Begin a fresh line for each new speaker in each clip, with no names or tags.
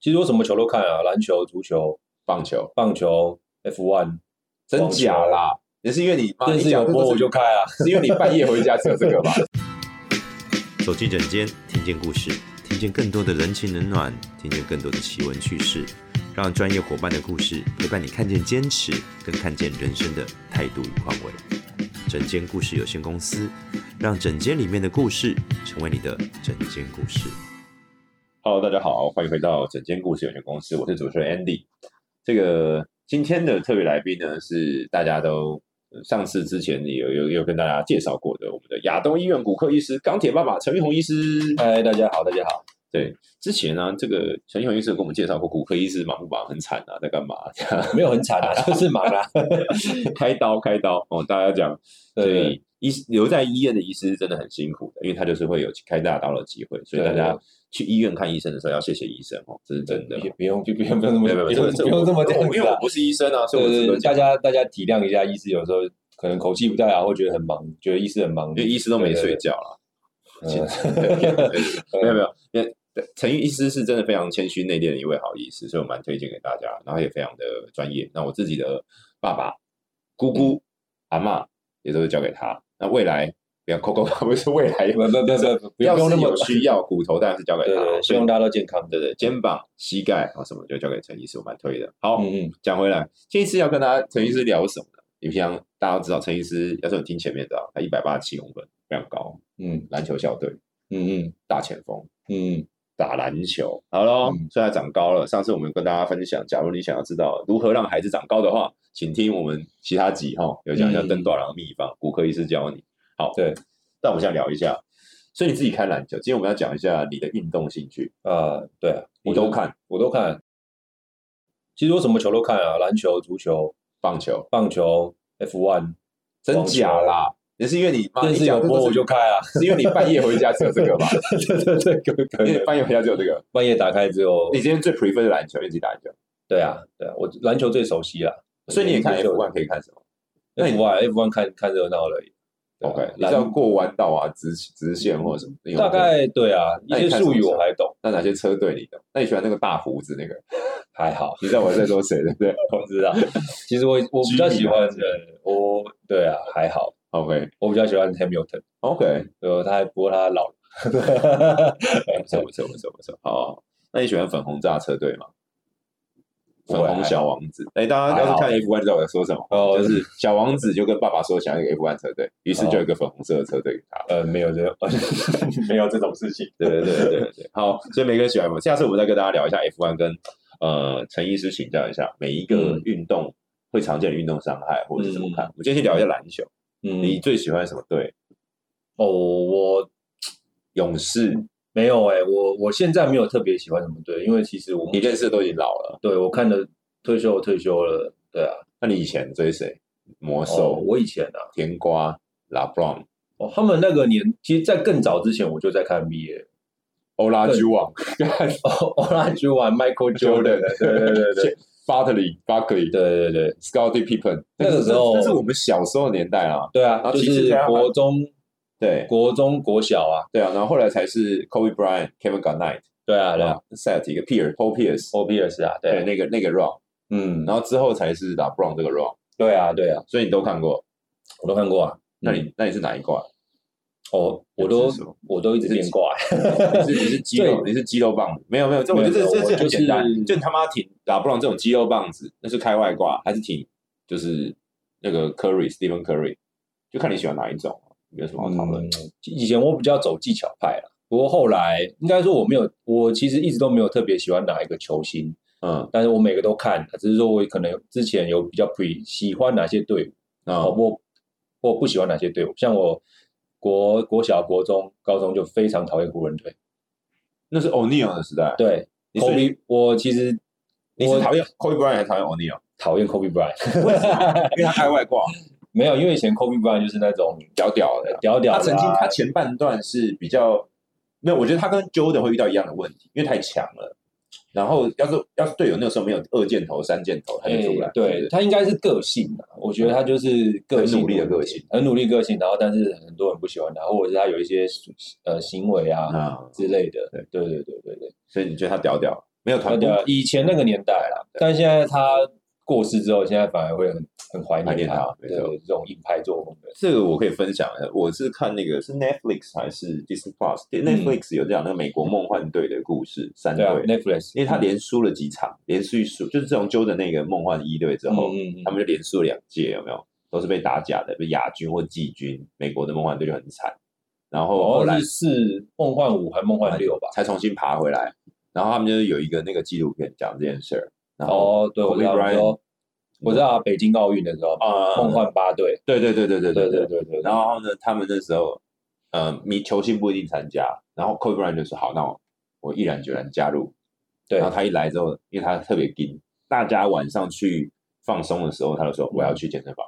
其实我什么球都看啊，篮球、足球、
棒球，
棒球、F one，
真假啦？也是因为你妈
电视有播我就，看啊。
你讲这都是是因为你半夜回家只有这 个吧？
走进诊间，听见故事，听见更多的人情冷暖，听见更多的奇闻趣事，让专业伙伴的故事陪伴你看见坚持，跟看见人生的态度与宽慰。诊间故事有限公司，让诊间里面的故事成为你的诊间故事。
Hello，大家好，欢迎回到整间故事有限公司，我是主持人 Andy。这个今天的特别来宾呢，是大家都呃上次之前也有有有跟大家介绍过的，我们的亚东医院骨科医师钢铁爸爸陈玉红医师。
嗨，哎大家好，大家好。
对，之前呢、这个陈玉红医师有跟我们介绍过，骨科医师忙不忙，很惨啊，在干嘛？
没有很惨啊，就是忙啊。
开刀，开刀哦，大家讲，所
对
以医留在医院的医师真的很辛苦的，因为他就是会有开大刀的机会，所以大
对
家去医院看医生的时候要谢谢医生哦，这是真的。
也不用，不不用，不用这么，
没
不
有没有没有
用，
这
不用这么这
我
样
因
子
为我
啊。
不是医生啊，所以我只
对
能
对，
讲
大，家大家体谅一下，医师有时候可能口气不太好，或觉得很忙，觉得医师很忙，
因为医师都没睡觉了。
对。嗯
其
对对
实对对没有没有，因为陈玉医师是真的非常谦虚内敛的一位好医师，所以我蛮推荐给大家，然后也非常的专业。那我自己的爸爸、姑姑、阿嬷也都是交给他。那未来不要扣扣，不是未来
不不不不不，不
要
用不用
是
那么
有需要骨头，当然是交给
对
他
对，对，希
所以
望大家都健康。
对对，肩膀、膝盖啊、什么就交给陈医师，我蛮推的。好，
嗯嗯，
讲回来，这一次要跟大家陈医师聊什么呢？你平常大家都知道，陈医师，要是你听前面知道，他一百八十七公分，非常高，
嗯
篮球校队
嗯嗯
大前锋，
嗯
打篮球。好喽，
嗯
虽然长高了，上次我们跟大家分享，假如你想要知道如何让孩子长高的话，请听我们其他集哈，有讲叫
嗯
登短郎秘方，骨科医师教你。好，
对，
那我们想聊一下，所以你自己看篮球，今天我们要讲一下你的运动兴趣，
嗯啊，对啊，
你都看
我都看。其实我什么球都看啊，篮球、足球、
棒球，
棒球、F one，
真
棒球
假啦？也是因为你妈
电
你
视
讲
有
这
播
都
我
是
就看啊。
是因为你半夜回家只有这个吧？
对对对，可可
因
以
为。半夜回家只有这个。
半夜打开之后
你，今天最 prefer 的篮球，你自己打篮球，
对啊对啊，我篮球最熟悉啊，
所以你也看 F
就
one 可以看什么
F one F one 看看热闹而已。对啊
？OK，你
篮
是要过弯道啊、直直线或者什么？你有
大
没有
概对啊，一
那你
些
看什么
术语
球
我还懂，
那哪些车队你的？那你喜欢那个大胡子那个？
还好。
你知道我在说谁对不对
我知道，其实我我比较喜欢的，
啊
我对啊还好，
？OK
我比较喜欢 Hamilton，
OK，
呃，他还不过他老了，
不错不错不错不错，好。那你喜欢粉红炸车队吗？
不
粉
会
红小王子，哎，大家要是看 F1 就知道我在说什么，
哦
就是小王子就跟爸爸说想要一个 F1 车队，于是就有一个粉红色的车队给他。
呃，没有这种 没有这种事情，
对对对对对，好，所以每个人喜欢什么？下次我们再跟大家聊一下 F1 跟呃陈医师请教一下每一个
嗯
运动会常见的运动伤害或者是怎么看。我们今天先聊一下篮球，你
嗯，
最喜欢什么队？
哦，我
勇士，
没有哎、我我现在没有特别喜欢什么队，因为其实我目
你认识的都已经老了，
对我看的退休退休了，对啊，
那你以前追谁？魔
哦，
兽、
我以前啊，
甜瓜、拉布朗、
哦，他们那个年，其实，在更早之前我就在看 NBA，
欧拉居王、
哦，我那去玩 Michael Jordan，
啊 Jordan
的对对对对
Bartley、Barkley、
对对对
Scotty Pippen，
那个时候
这是我们小时候的年代啊。
对啊，
然后
就
其实
是
他
国中。
对
国中、国小啊，
对啊，然后后来才是 Kobe Bryant、Kevin Garnett，
对啊，对啊
啊，塞尔提克、Pierce、Paul Pierce，
，O P S 啊，对
对
啊，
那个那个 run。
嗯，
然后之后才是打 Brown 这个 run，
对啊，对啊，
所以你都看过。
我都看过啊。
那你、那你是哪一挂？
哦，我
有
都
次数
我都一直变挂，
你是你是肌肉，你是肌肉棒？没有没有，这我觉得
没有
这
没有
这这
我
很
就是
简单，就你他妈挺打 Brown 这种肌肉棒子，那是开外挂还是挺就是那个 Curry Stephen Curry，就看你喜欢哪一种，没有什么好讨论。
嗯，以前我比较走技巧派了，不过后来应该说我没有，我其实一直都没有特别喜欢哪一个球星，
嗯
但是我每个都看，只是说我可能之前有比较 pre 喜欢哪些队伍，
啊
哦，我我不喜欢哪些队伍，像我国国小、国中、高中就非常讨厌湖人队，
那是 O'Neal 的时代。
对
你是
，Kobe，我其实
你是
我
讨厌 Kobe Bryant 还是讨厌 O'Neal？
讨厌 Kobe Bryant。
因为他开外挂，
没有，因为以前 Kobe Bryant 就是那种
屌屌的
呃。屌屌
他
的
曾经
啊、
他前半段是比较没有，我觉得他跟 Jordan 会遇到一样的问题，因为太强了。然后要是要是队友那个时候没有二箭头、三箭头，他就
哎
出来。
对他应该是个性啊，我觉得他就是个性
嗯很努力的个
问题
性，
很努力个性，然后但是很多人不喜欢他，或者是他有一些呃行为啊
啊，
之类的
对，
对对对对对，
所以你觉得他屌屌？没有团队
呃以前那个年代啦，但现在他过世之后，现在反而会很很怀
怀念
念
他没
对
错
这种硬派作风的。
这个我可以分享一下，我是看那个是 Netflix 还是 Disney Plus？Netflix 有讲那个美国梦幻队的故事，三
嗯对
队
啊，，Netflix，
因为他连输了几场，连续输，就是自从 Jordan 那个梦幻一队之后，
嗯嗯嗯
哦他们就连输了两届，有没有？都是被打假的，被亚军或季军，美国的梦幻队就很惨。然后后
好
来
哦像是四梦幻五还梦幻六吧？
才重新爬回来，然后他们就是有一个那个纪录片讲这件事儿。然后
哦，对，我知道，
啊 Kobe
我
Bryant
说我知道啊北京奥运的时候，
啊
梦幻八队，
对对对对对
对对对对对，
然后呢，他们那时候，呃，迷球星不一定参加，然后 Kobe Bryant 就说好，那我我毅然决然加入。
对
然后他一来之后，因为他特别硬，大家晚上去放松的时候，他就说我要去健身房，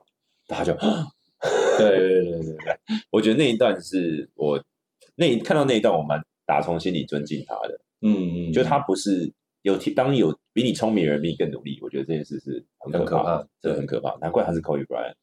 大家就，
对对对对对，
我觉得那一段是我那一看到那一段，我蛮打从心里尊敬他的，
嗯嗯，
就他不是有提当有比你聪明的人比你更努力，我觉得这件事是很可
很可
怕的
怕，
真的
对
很可怕，难怪他是 Kobe Bryant，嗯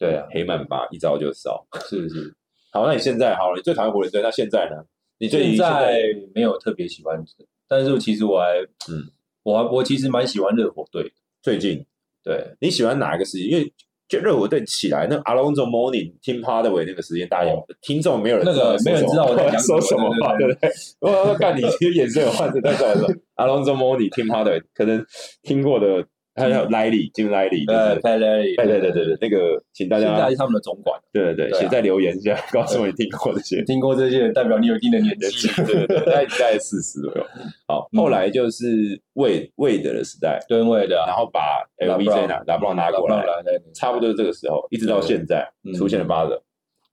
对啊，
黑曼巴一招就烧。
是是。
好，那你现在好了，你最讨厌湖人队，那现在呢？你对于
现在没有特别喜欢，但是其实我还，
嗯
嗯，我还我其实蛮喜欢热火队的，
最近
对，
你喜欢哪一个时间？因为就热火队起来，那 Alonzo Morning、Tim Hardaway 那个时间，大家、听众没有人
那个
知道
没有人知道我在讲
说什
什
么
么
话，对
对
不对？我要看你其实眼神有换着在讲什么。Alonzo Morning、Tim Hardaway 可能听过的，还有 Lily、Jim Lily，
呃
对，
佩雷，
对对对对对，那个请大
现
家
在是他们的总管，
对对
对
对，
啊
写在留言下，告诉我你听过这些。
听过这些代表你有一定的年纪，
对对对，大概大概四十左右。好，后来就是魏魏德的时代，
吨位的
然
啊，
后把 LVJ 拿拉布朗拿过来，
拉布朗拿过来
差不多这个时候，一直到现在
嗯
出现了巴德。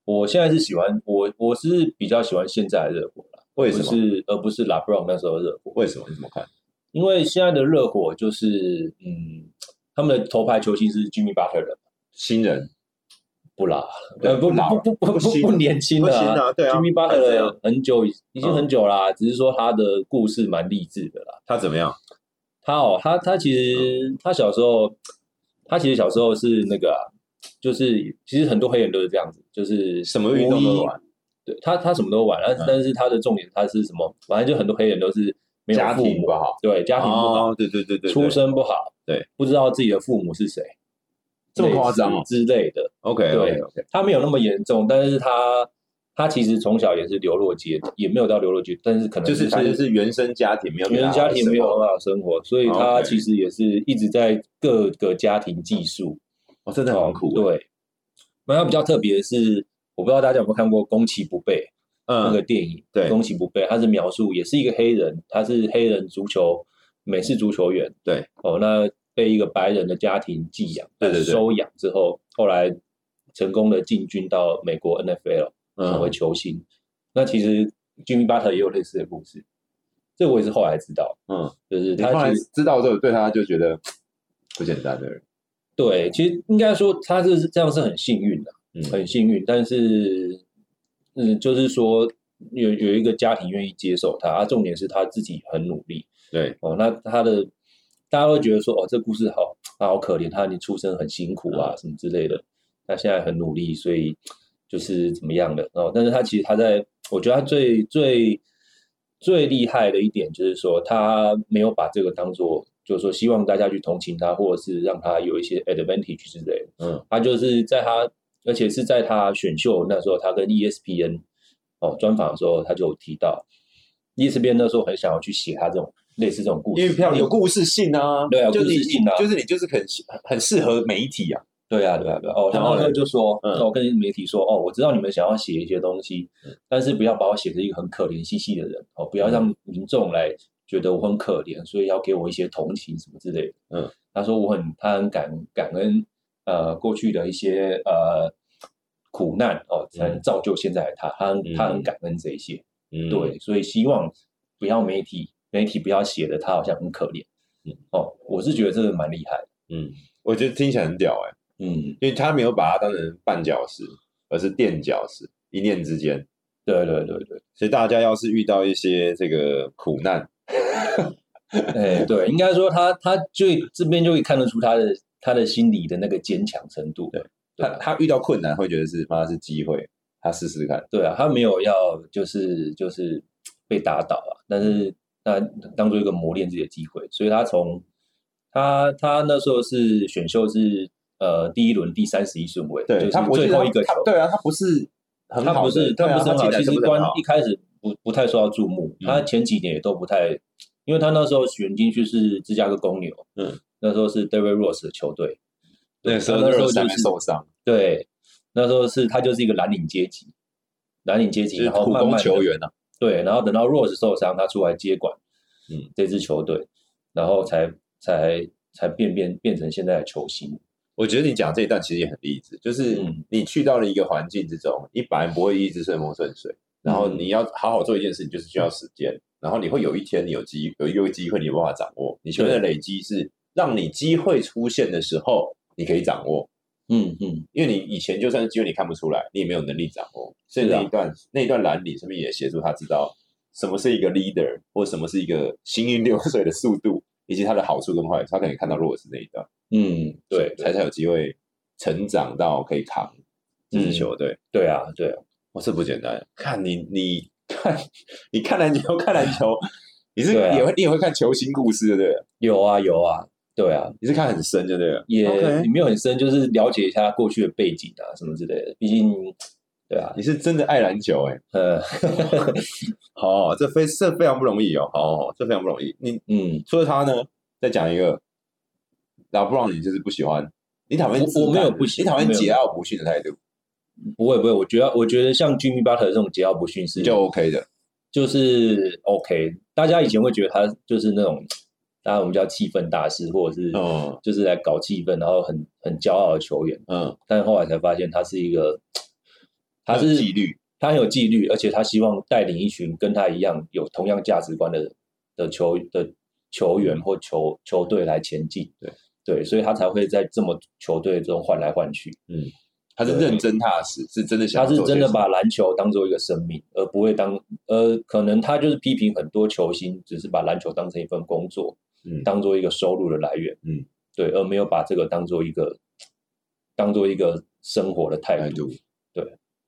我现在是喜欢我我是比较喜欢现在的热火啦，
为什
不
么？
是而不是拉布朗那时候的热火，
为什么？你怎么看？
因为现在的热火就是嗯，他们的头牌球星是 Jimmy Butler 的
新人
不老，
对
呃不
不老
不不
不
不
新
不年轻了
不新啊对啊
Jimmy
还是这样
Butler 很久已已经
嗯
很久啦，只是说他的故事蛮励志的啦。
他怎么样？
他哦，他他其实
嗯
他小时候，他其实小时候是那个啊、就是其实很多黑人都是这样子，就是
什么运动都
无一
玩。
对他他什么都玩，但、
嗯
但是他的重点他是什么？反正就很多黑人都是没有
家
父
庭
母
不，好，
对家庭不好，
哦，对对对对，对
出身不好，
对，
不知道自己的父母是谁，
这么夸张哦
类似之类的。
OK
对
OK OK，
他没有那么严重，但是他他其实从小也是流落街，也没有到流落街，但是可能
就是
他
反正是原生家庭没有给
原
他
生家庭没有很好的生活，所以他
OK
其实也是一直在各个家庭寄宿。
哦，真的很苦。，
对，那他比较特别的是，我不知道大家有没有看过《攻其不备》那个
嗯，
电影，
对
攻其不备》，他是描述也是一个黑人，他是黑人足球美式足球员，
对，
哦，那被一个白人的家庭寄养，
对对对
收养之后，后来成功的进军到美国 NFL 成为
嗯，
球星。那其实 Jimmy Butler 也有类似的故事，这我也是后来知道，
嗯，
就是
你后
他
来
其实
知道之后，对他就觉得不简单的人，
对，其实应该说他是这样是很幸运的、
嗯
很幸运，但是嗯，就是说有有一个家庭愿意接受他，啊，重点是他自己很努力，
对，
哦，那他的大家会觉得说，哦，这故事好，他好可怜，他你出生很辛苦啊，
嗯
什么之类的。他现在很努力，所以就是怎么样的哦。但是他其实他在，我觉得他最最最厉害的一点就是说，他没有把这个当做，就是说希望大家去同情他，或者是让他有一些 advantage 之类的。
嗯，
他就是在他，而且是在他选秀那时候，他跟 E ESPN 哦专访的时候，他就有提到，ESPN E 那时候很想要去写他这种类似这种故事，
因为漂亮有故事性啊，
对啊有
就
故
你
事性啊
就是你就是很很适合媒体啊，
对啊，对啊，对啊。哦，
然
然
后
后
呢
他就说，
嗯
那我跟媒体说，哦，我知道你们想要写一些东西，但是不要把我写成一个很可怜兮兮的人，哦，不要
嗯
让民众来觉得我很可怜，所以要给我一些同情什么之类的。
嗯，
他说我很，他很感感恩，呃，过去的一些呃苦难哦，才能造就现在的他，他很他
嗯
很感恩这一些。
嗯，
对，所以希望不要媒体媒体不要写的他好像很可怜。
嗯
哦，我是觉得这个蛮厉害的。
嗯，我觉得听起来很屌哎、
嗯，
因为他没有把它当成绊脚石，而是垫脚石，一念之间。
对对对对。
所以大家要是遇到一些这个苦难，
哎，对，应该说他他就这边就可以看得出他的他的心理的那个坚强程度。
对
对
他
啊，
他遇到困难会觉得是妈是机会，他试试看。
对啊，他没有要就是就是被打倒啊，但是那当做一个磨练自己的机会。所以他从他他那时候是选秀是呃第一轮第三十一顺位，
对
就
他
是
我记
最
得
后
他
一个球
他，对啊，他不是很
他
好
不
的
是
对
他
啊
不是很
进
好，
来
其实
不是很
关
好
一开始不不太受到注目，
嗯
他前几年也都不太，因为他那时候选进去是芝加哥公牛，
嗯，
那时候是 David Rose 的球队，对
那时候
他那时候
三
就
还
是
受伤，
对，那时候是他就是一个蓝领阶级，蓝领阶级，
就是
然后
苦
慢慢
工
地
球员啊，
对，然后等到 Rose 受伤，他出来接管，
嗯，
这支球队，然后才才才变变变成现在的球星，
我觉得你讲这一段其实也很励志，就是
嗯
你去到了一个环境之中，你本来不会一直顺风顺水，然后
嗯
你要好好做一件事，情，就是需要时间，然后你会有一天你有机有一个机会，你有办法掌握。你球员的累积是让你机会出现的时候，你可以掌握，
嗯嗯，
因为你以前就算是机会你看不出来，你也没有能力掌握。所以
是啊
那一段、那一段蓝领是不是也协助他知道什么是一个 leader，或什么是一个行云流水的速度，以及它的好处跟坏处，他可以看到弱势那一段。
嗯，对
对，，才才有机会成长到可以扛这
嗯
支球队。
对啊，对啊，
哇，这不简单！看你，你看，你看篮球，看篮球，你是
对啊
也会，你也会看球星故事，对不对了？
有啊有啊，对啊，
你是看很深，对不对了？
也
OK
也没有很深，就是了解一下过去的背景啊什么之类的。毕竟，对啊，
你是真的爱篮球，哎，
呃，
好，这非这非常不容易哦，好，这非常不容易。你
嗯，
除了他呢，再讲一个，老布朗，你就是不喜欢，你讨厌
我
自
我没有
大
不喜嗯
你讨厌
没有
桀骜不驯的态度，
不会不会，我觉得我觉得像 Jimmy Butler 这种桀骜不驯是
你就 OK 的，
就是 OK，大家以前会觉得他就是那种，当然我们叫气氛大师，或者是
嗯
就是来搞气氛，然后很很骄傲的球员，
嗯，
但后来才发现他是一个，他
很有
是
纪律，
他很有纪律，而且他希望带领一群跟他一样有同样价值观的的球的球员或球球队来前进。
对
对，所以他才会在这么球队中换来换去。
他是
对
认真踏实，是真的想
他
要
是
做这
真
件事，
的把篮球当做一个生命，而不会当呃，可能他就是批评很多球星，只是把篮球当成一份工作，
嗯
当做一个收入的来源，
嗯，
对，而没有把这个当做一个当做一个生活的态
态
度。
度。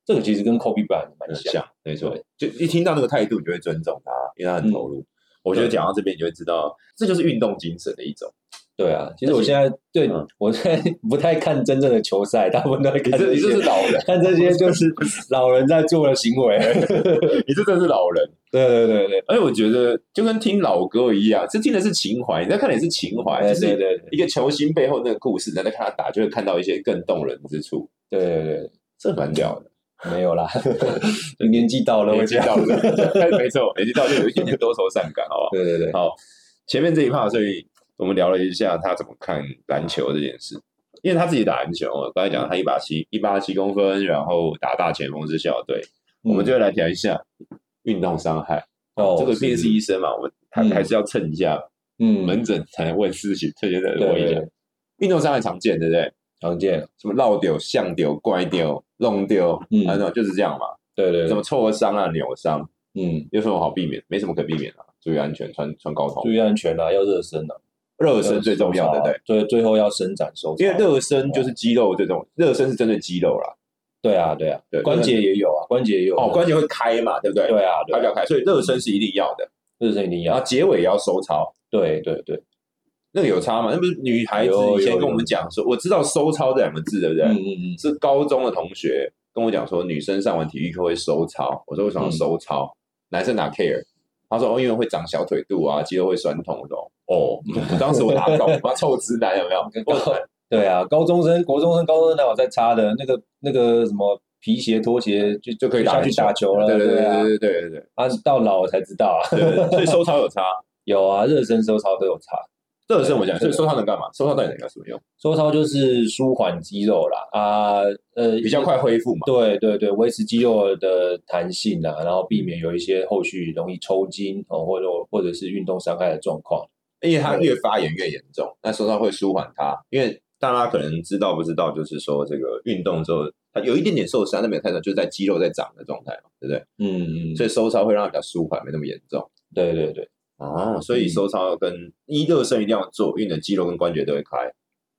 这个其实跟 Kobe Bryant 蛮
很
像。
像，没错。就一听到那个态度，你就会尊重他，因为他很投入。我觉得
嗯对
讲到这边，你就会知道，这就是运动精神的一种。
对啊，其
而
实我
且
现在对、
嗯
我现在 不太看真正的球赛，大部分都在
你
看
这
这
你这
些
是，老人，哎
看这些 就是老人在做的行为。
你这真的是老人。
对对对对，
而且我觉得，就跟听老歌一样，这听的是情怀，你在看的也是情怀，
哎
就
对
是
对对
一个球星背后那个故事，你在看他打，就会看到一些更动人之处，
对对对，
这蛮屌的。
没有啦， 年纪到了，我
年纪
讲。
到了，没错，年纪到就有一点点多愁善感，好不好？
对对对，
好，前面这一趴，所以我们聊了一下他怎么看篮球这件事，因为他自己打篮球，我刚才讲他一把七一八七公分，然后打大前锋是校队，我们
嗯
就来聊一下运动伤害。
哦
这个毕竟是
是
医生嘛，我们还
嗯
还是要蹭一下
嗯
门诊才问事情，这些才
对
问一
对
下
对。
运动伤害常见，对不对？
常见，
什么落丢、向丢、怪丢、弄丢，
嗯
啊，那种就是这样嘛。
对对
什
对
么，挫伤啊、扭伤，
嗯，
有什么好避免？没什么可避免的、注意安全，穿穿高筒
注。意安全啦，要热身啦，
热身最重要，对不对？
对，最后要伸展收
因为
热
热身就是肌肉这种，热身是针对肌肉啦。
对啊对啊
对，
关节也有啊，关节也有
哦，关节会开嘛，对不对？
对啊
它
对
比
啊，
较开，所以热身是一定要的。
热身一定
然
要
后，结尾也要收操，
对对对，
那个有差吗？那不是女孩子
有
以前
有
跟我
有
们讲说，我知道收操这两个字，对不对？
嗯嗯嗯，
是高中的同学跟我讲说，女生上完体育课会收操，我说为什么要收操？男生哪 care？他说哦，因为会长小腿肚啊，肌肉会酸痛。我说哦，嗯我当时我打不懂，我妈臭直男有没有？
高对啊，高中生、国中生、高中生哪有在擦的？那个那个什么皮鞋、拖鞋就
就可以打
下
篮
去打球了，
对对
啊，
对对对对对
啊，到老我才知道啊，
对对，所以收操有差。
有啊，热身收操都有擦，
热身我讲，所
对
以收操能干嘛？收操到底能干什么用？
收操就是舒缓肌肉啦，啊呃，
比较快恢复嘛。
对对对，维持肌肉的弹性啊，然后避免有一些后续容易抽筋哦，或者或者是运动伤害的状况。
因为它越发炎越严重，那收操会舒缓它。因为大家可能知道不知道，就是说这个运动之后，它有一点点受伤，但没有太大，就是在肌肉在长的状态嘛，对不对？
嗯嗯，
所以收操会让它比较舒缓，没那么严重。
对对对
哦，所以
嗯
收操跟一热身一定要做，因为你的肌肉跟关节都会开。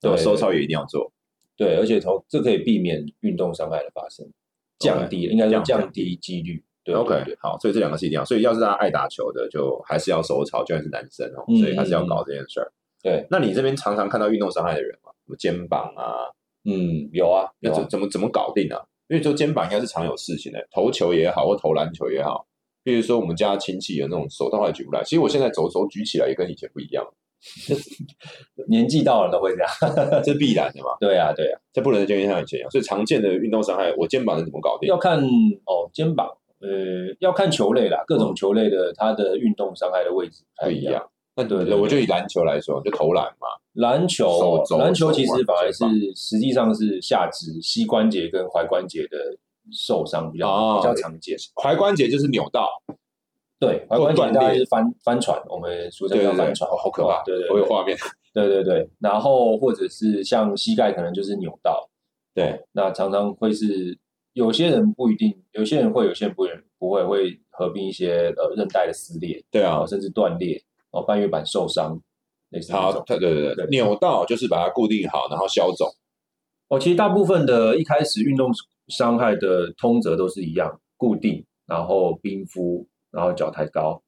然后
对
收操也一定要做，
对，而且从这可以避免运动伤害的发生，降低应该说
降
降低几率。对
OK，
对对
好，所以这两个是一定要，所以要是大家爱打球的，就还是要手草，就算是男生哦，所以还是要搞这件事儿。
对，
那你这边常常看到运动伤害的人嘛，什么肩膀啊，
嗯，有啊，
那
有
怎
啊，
怎么怎么搞定啊？因为说肩膀应该是常有事情的，投球也好，或投篮球也好，比如说我们家亲戚有那种手到后来举不来，其实我现在手手举起来也跟以前不一样，
年纪到了都会这样。
这是必然的嘛，
对啊，对啊，
这不能就像以前一样，所以常见的运动伤害，我肩膀能怎么搞定？
要看哦，肩膀，呃，要看球类啦，各种球类的它的运动伤害的位置不
嗯不一。样。那
对对
我
对
就以篮球来说，就投篮嘛，
篮球
手，肘
篮球其
手
实
腕
反而
肩膀
是实际上是下肢膝关节跟踝关节的受伤比较、
哦
比较常见。
踝关节就是扭到，
对，踝关节
断
大概
裂
是翻翻船，我们俗称
对
叫
对对
翻，船，
哦好可怕，
对对
我有
对
画面。
对对对。然后或者是像膝盖可能就是扭到，
对，
那常常会是有些人不一定，有些人会，有些人不会不会会合并一些呃韧带的撕裂，
对
然
啊
后，甚至断裂，哦半月板受伤，类似这
好，
种。
对对对对，
对
扭到就是把它固定好，然后消肿。
哦，其实大部分的一开始运动伤害的通则都是一样，固定，然后冰敷，然后脚抬高。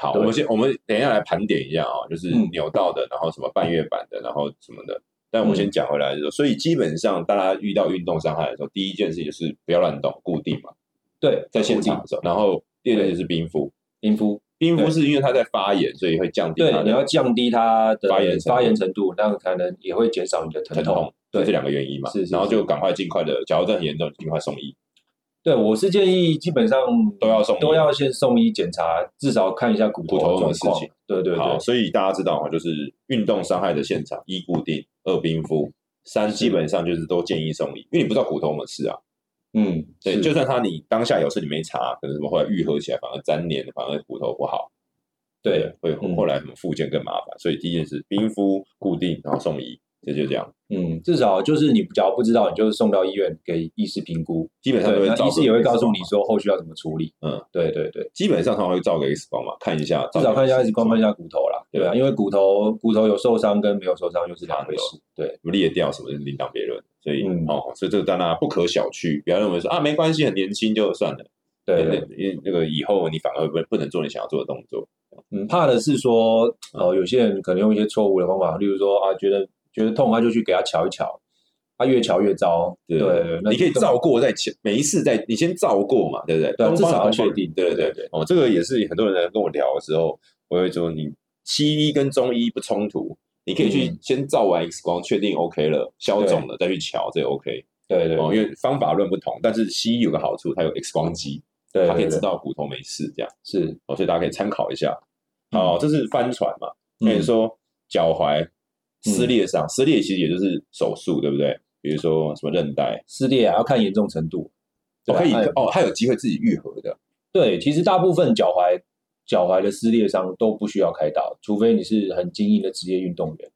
好，
对
我们先我们等一下来盘点一下啊、就是
嗯
扭到的，然后什么半月板的，然后什么的。但我
嗯
们先讲回来就是说，所以基本上大家遇到运动伤害的时候，第一件事情是不要乱动，固定嘛，
对，
在现
固定
场的时候。然后第二件事是冰敷，
冰敷，
冰敷
对
是因为它在发炎，所以会降低
对
它，
你要
的
降低它的
发炎程度
发炎程度，那样才能也会减少你的疼
疼痛
痛。，
就
对
这两个原因嘛。
是是
然后
是
就赶快尽快的，假如真的很严重，尽快送医。
对，我是建议基本上
都要送医
都要先送医检查，至少看一下骨
骨头
头
有没有
状
事
况
情。
对对
好，
对，
所以大家知道啊，就是运动伤害的现场，一固定，二冰敷，三基本上就是都建议送医，因为你不知道骨头有没有事啊。
嗯，
对，
是
就算他你当下有事你没查，可能什么后来愈合起来反而粘连，反而骨头不好，
对，，
会
嗯
后来什么复健更麻烦。所以第一件事冰敷固定，然后送医，这就这样，
嗯，至少就是你假如不知道，你就送到医院给医师评估，
基本上都
对，
会
那
照。
医师也会告诉你，说后续要怎么处理。
嗯，
对对对。
基本上他会照个 X 光嘛，看一下，
至少看一下，
照
一
个
直
X
观看一下骨头啦，对啊，因为骨头骨头有受伤跟没有受伤又是两回事，对，
有裂掉什么，另当别论。所以、
嗯
哦，所以这个当然不可小觑，不要认为说啊没关系，很年轻就算了。
对
对
对，
对，因为那个以后你反而不不能做你想要做的动作。
嗯，怕的是说，
嗯
呃，有些人可能用一些错误的方法，例如说啊，觉得觉得痛，他就去给他瞧一瞧，他越瞧越糟，对，那
你可以
就
照过再前，每一次再你先照过嘛，对不对？
对啊
东
至
方
少要
东方
确定
对对
对
对
对。
哦，这个也是很多人来跟我聊的时候，我会说你西医跟中医不冲突，你可以去
嗯
先照完 X 光，确定 OK 了，消肿了再去瞧，这也 OK。
对对
哦，因为方法论不同，但是西医有个好处，它有 X 光机，
对，
它可以
对
知道骨头没事这样。
是，
哦，所以大家可以参考一下。
嗯
哦，这是帆船嘛？那你
嗯
说脚踝撕裂伤，撕裂其实也就是手术，对不对？比如说什么韧带，
撕裂啊，要看严重程度，
哦
对吧
可以
哎
哦，它有机会自己愈合的。
对，其实大部分脚踝脚踝的撕裂伤都不需要开刀，除非你是很精英的职业运动员。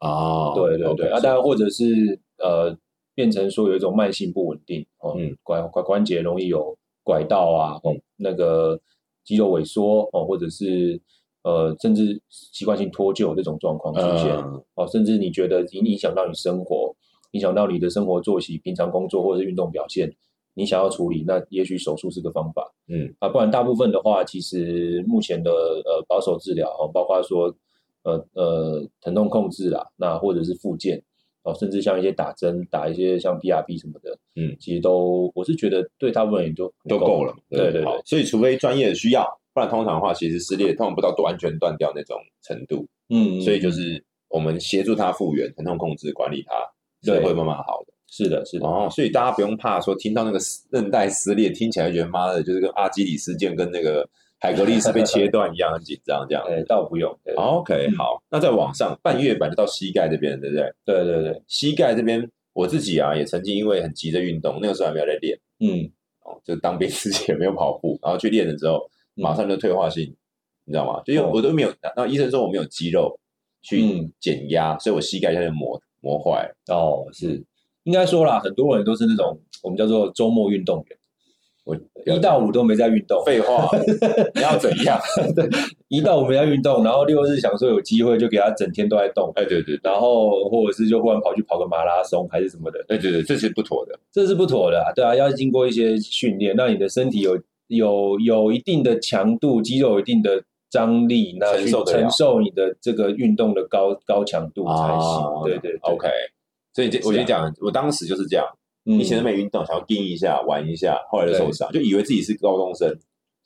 哦
对对
OK，
对，啊，
是
当然或者是呃，变成说有一种慢性不稳定哦，
嗯
拐拐关节容易有拐到啊，哦
嗯，
那个肌肉萎缩哦，或者是呃，甚至习惯性脱臼这种状况出现、
嗯
哦，甚至你觉得影影响到你生活，影响到你的生活作息、平常工作或者是运动表现，你想要处理，那也许手术是个方法。
嗯
啊，不然大部分的话，其实目前的呃保守治疗哦，包括说呃呃疼痛控制啦，那或者是复健哦，甚至像一些打针、打一些像 PRP 什么的，
嗯，
其实都我是觉得对大部分人都
都够了。
对
对
对
好
对，
所以除非专业的需要，不然通常的话，其实撕裂通常不到完全断掉那种程度，
嗯，
所以就是我们协助它复原、疼痛控制、管理它，
对
是会慢慢好的。
是的，是的，
哦，所以大家不用怕说听到那个撕韧带撕裂，听起来觉得妈的，就是跟阿基里斯腱跟那个海格力斯被切断一样，很紧张这 样。
哎，倒不用，对
哦 OK，
嗯
好，那再往上半月板就到膝盖这边，对不对？
对对对，
膝盖这边我自己啊，也曾经因为很急着运动，那个时候还没有在练
嗯，
哦，就当兵之前没有跑步，然后去练了之后，
嗯
马上就退化性，你知道吗？就因为
哦
我都没有，那医生说我没有肌肉去
嗯
减压，所以我膝盖现在磨磨坏了。
哦，是应该说啦，很多人都是那种我们叫做周末运动员，
我
一到五都没在运动，
废话，你要怎样？
一到五没在运动，然后六日想说有机会就给他整天都在动。
哎，对对对，
然后或者是就忽然跑去跑个马拉松还是什么的，
哎对对，这是不妥的。
这是不妥的、啊，对啊，要经过一些训练，让你的身体有有有一定的强度，肌肉有一定的张力，那
承
去
受得了
承受你的这个运动的高高强度才行。对对对
啊 OK。所以这我
是啊
先讲，我当时就是这样，
嗯
以前都没运动，想要盯一下、玩一下，后来就受伤，就以为自己是高中生，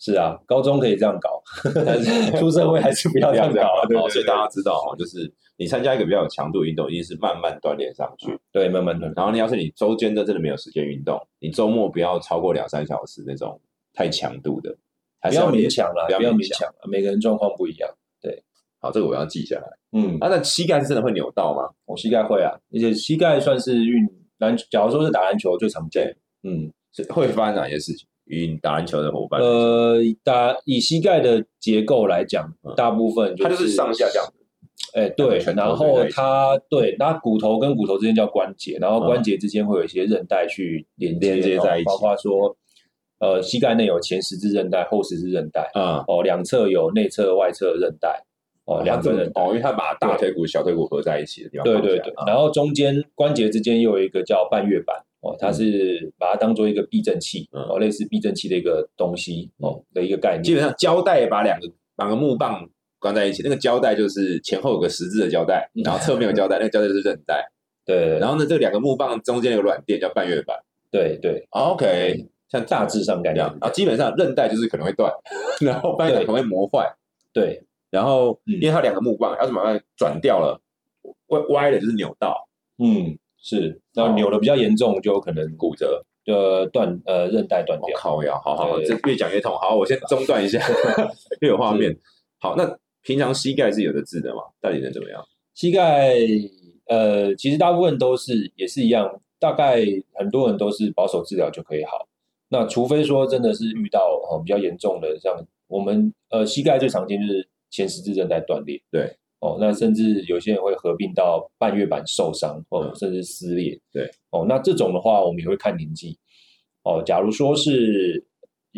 是啊，高中可以这样搞，
但是
出社会还是不要这样搞啊。对
哦
对
所
对
以大家知道哦，就是你参加一个比较有强度的运动，一定是慢慢锻炼上去。
对，慢慢的，
然后你要是你周间真真的没有时间运动，你周末不要超过两三小时那种太强度的，还
不
是
要
练
勉强了，
不要
不要
勉
勉强了，每个人状况不一样。
好，这个我要记下来。
嗯，
啊，那膝盖是真的会扭到吗？
我膝盖会啊，而且膝盖算是运篮，假如说是打篮球最常见。嗯，
是会发生哪些事情？与你打篮球的伙伴，
呃，打以膝盖的结构来讲
嗯，
大部分
它
就
就是上下这样。
哎，对
拳，头
然
对
后
在一起
它对，那骨头跟骨头之间叫关节，然后
嗯
关节之间会有一些韧带去连接，
连接在一起
包括说，呃，膝盖内有前十字韧带、后十字韧带，
嗯，
哦，两侧有内侧、外侧韧带，哦，两
它这
个
么
韧带，
哦，因为它把大腿骨、小腿骨合在一起的地方放
对
下。
对对
啊，
然后中间关节之间又有一个叫半月板，哦，它是把它当做一个避震器，
嗯
哦，类似避震器的一个东西，哦的一个概
基
念，
本上胶带把两个两个木棒关在一起，那个胶带就是前后有个十字的胶带，
嗯
然后侧面有 胶带，那个胶带就是韧带。
对，
然后呢，这两个木棒中间有个软垫叫半月板。
对对，
哦 OK，像
大致上概
这
念啊
样，，然后基本上韧带就是可能会断， 然后半月板可能会磨坏，
对
然后
嗯
因为它有两个木棒，要是把它转掉了，歪歪了就是扭到
嗯，是，
哦
那扭的比较严重，就有可能
骨折。
呃断呃韧带断
我
掉。
哦靠呀，好好好，
对
这越讲越痛。好，我先中断 一下，越有画面。好，那平常膝盖是有的治的嘛？到底能怎么样？
膝盖呃，其实大部分都是也是一样，大概很多人都是保守治疗就可以好。那除非说真的是遇到哦比较严重的，像我们呃膝盖最常见就是前十字韧带断裂，
对
哦，那甚至有些人会合并到半月板受伤哦，
嗯
甚至撕裂，
对
哦，那这种的话我们也会看年纪哦，假如说是。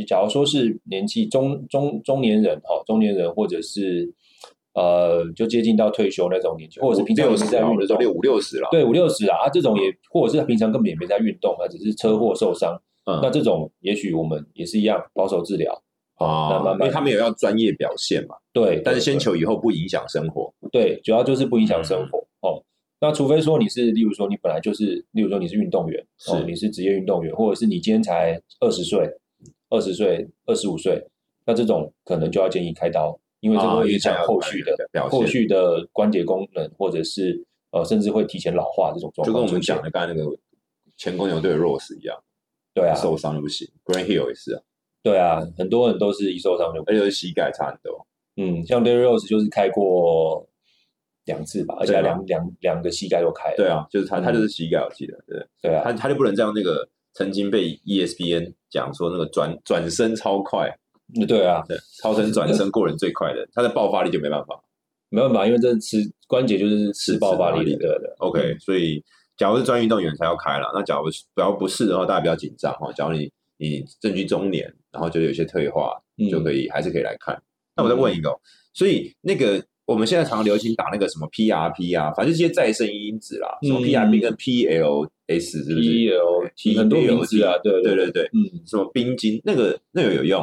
假如说是年纪中中中年人哈、哦，中年人或者是呃，就接近到退休那种年纪，哦或者是平常也
六
没
十
在
了，
运
我就说
动，
六五六十了。
对五六十啊，啊这种也或者是他平常根本也没在运动，啊，只是车祸受伤，
嗯
那这种也许我们也是一样保守治疗，那
哦
慢慢
因为他们有要专业表现嘛，
对，
但是
对
先求以后不影响生活。
对，主要就是不影响生活、
嗯
哦。那除非说你是，例如说你本来就是，例如说你是运动员，哦
是，
你是职业运动员，或者是你今天才二十岁、二十岁、二十五岁，那这种可能就要建议开刀，因为这
啊
个
因
会
为
影响
这样
后续的、
表现
后续的关节功能，或者是呃，甚至会提前老化这种状况
就跟我们
出现
讲的刚才那个前公牛队的 Rose 一样，
对啊，
受伤就不行。Green Hill 也是啊，
对啊，很多人都是一受伤就
而且是膝盖差很多。
嗯，像 Derry Rose 就是开过两次吧，而且
对啊
两两两个膝盖都开了，
对啊，就是他，
嗯
他就是膝盖，我记得，对，
对啊
他，他就不能这样。那个曾经被 E ESPN 讲说那个转转身超快，
对啊，
对，超身转身过人最快的，他的爆发力就没办法。
没办法，因为这吃关节就是吃爆发力的，
吃吃
对的。
OK，所以假如是专业运动员才要开了，那假如是假如不是的话，大家不要紧张哈。假如你你正居中年，然后觉得有些退化，
嗯
就可以、还是可以来看。那我再问一个哦，所以那个我们现在常流行打那个什么 PRP 啊，反正这些再生因子啦，什
嗯
么 PRP 跟 PLS 是不是
E
E
PLT 很多名字啊，对
对
对
对对，
嗯
什么冰晶那个那个有用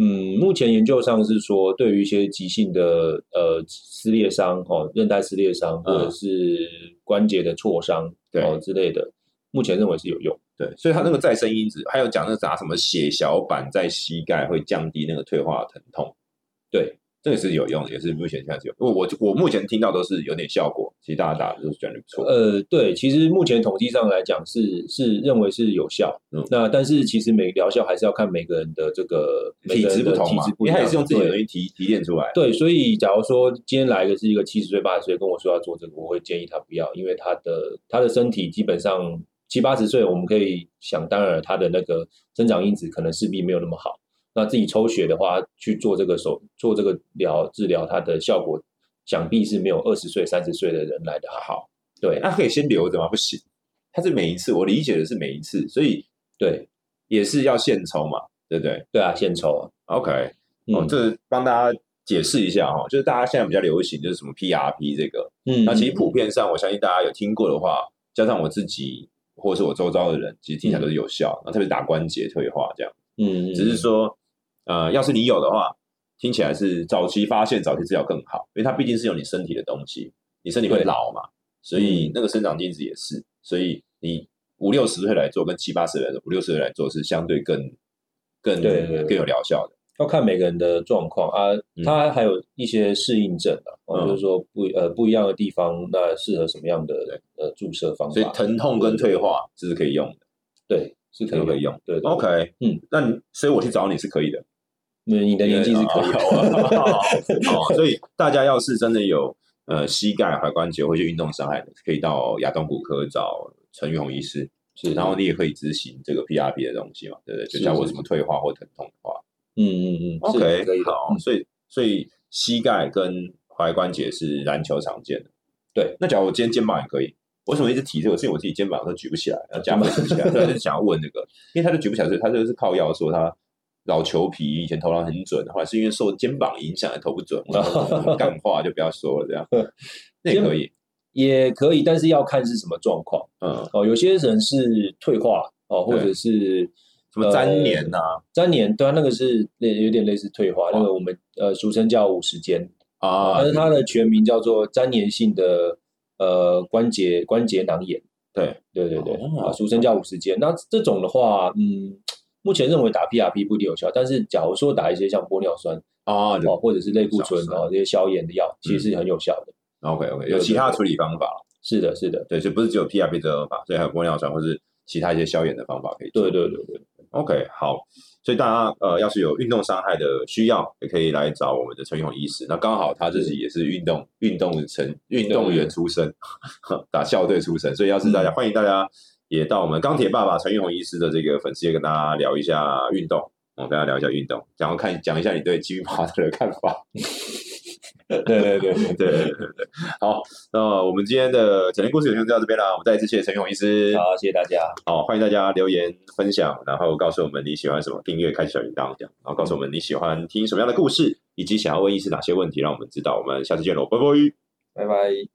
嗯，目前研究上是说，对于一些急性的呃撕裂伤哦，韧带撕裂伤或者是关节的挫伤
嗯对
哦之类的，目前认为是有用。
对，所以它那个再生因
嗯
子，还有讲那个啥什么血小板在膝盖会降低那个退化的疼痛。
对，
这个是有用的，也是目前现在是有。我我我目前听到都是有点效果，其实大家打的都是觉得不错。
呃，对，其实目前统计上来讲是是认为是有效，
嗯
那但是其实每疗效还是要看每个人的这个每
体
个人
质不
的
同
体
嘛
质，不
因
一
为它
样，
也是用自己的
对
东西提提炼出来。
对，所以假如说今天来的是一个七十岁、八十岁，跟我说要做这个，我会建议他不要，因为他的他的身体基本上七八十岁，我们可以想当然了，他的那个生长因子可能势必没有那么好。那自己抽血的话，去做这个手做这个疗治疗，它的效果想必是没有二十岁、三十岁的人来的好。对
那可以先留着吗？不行，它是每一次，我理解的是每一次，所以
对
也是要现抽嘛，对不对
对啊，献丑啊，
？OK，哦，
嗯
这帮大家解释一下哈、哦，就是大家现在比较流行就是什么 PRP 这个，
嗯，
那其实
嗯
普遍上，我相信大家有听过的话，加上我自己或者是我周遭的人，其实听起来都是有效。那特别打关节退化这样，
嗯，
只是说，呃，要是你有的话，听起来是早期发现、早期治疗更好，因为它毕竟是有你身体的东西，你身体会
对
老嘛，所以
嗯
那个生长因子也是，所以你五六十岁来做，跟七八十岁来做，五六十岁来做是相对更更
对对对
更有疗效的。
要看每个人的状况啊
嗯，
他还有一些适应症啊，哦
嗯
就是说不呃不一样的地方，那适合什么样的呃注射方法？
所以疼痛跟退化这是可以用的。
对是可以
都可以用，哦
对对
OK，
嗯，
那你所以我去找你是可以的，
那你的年纪是可以
哦有哦，所以大家要是真的有呃膝盖、踝关节或者运动伤害的，可以到亚东骨科找陈玉红医师。
是
然后你也可以执行这个 PRP 的东西嘛，对不对？就是像我
是
什么退化或疼痛的话
嗯嗯嗯，
，OK，
是可以的。
好，所以所以膝盖跟踝关节是篮球常见的。
对，
那假如我今天肩膀也可以，我为什么一直提这个？是因为我自己肩膀都举不起来，然后肩膀举不起来，对，就是想要问这个，因为他就举不起来，所以他就是靠腰说他老球皮，以前投篮很准，后来是因为受肩膀影响而投不准，我说干话就不要说了，这样那也可以，
也可以，但是要看是什么状况
嗯，
哦。有些人是退化哦，或者
对
是
什么
呃
粘连哦呐
粘连，对啊，那个是类有点类似退化，那个我们呃俗称叫五十肩，
啊
但，是它的全名叫做粘连性的呃关节关节囊炎。
对，
对对对，
哦
啊，俗称叫五十肩。那这种的话，嗯，目前认为打 PRP 不一定有效，但是假如说打一些像玻尿酸
啊，
哦，或者是类固醇
小
哦这些消炎的药，其实是很有效的。
OK OK，
对
有其他
对
处理方法，
是的，是的，
对，所以不是只有 PRP 这个方法，所以还有玻尿酸或是其他一些消炎的方法可以做。
对对对对，
OK，好，所以大家呃，要是有运动伤害的需要，也可以来找我们的陈永医师。那刚好他自己也是运动运动成运动员出身，打校队出身，所以要是大家、欢迎大家也到我们钢铁爸爸陈永红医师的这个粉丝页跟大家聊一下运动，我们跟大家聊一下运动，然后看讲一下你对基于马特的看法。
对对对对。
对对对对， 好，那我们今天的整天故事有限就到这边了，我们再一次谢谢陈永医师。
好，谢谢大家，
好，欢迎大家留言分享，然后告诉我们你喜欢什么，订阅开启小铃铛这样，然后告诉我们你喜欢听什么样的故事，以及想要问医师哪些问题，让我们知道。我们下次见喽，拜拜。
拜拜。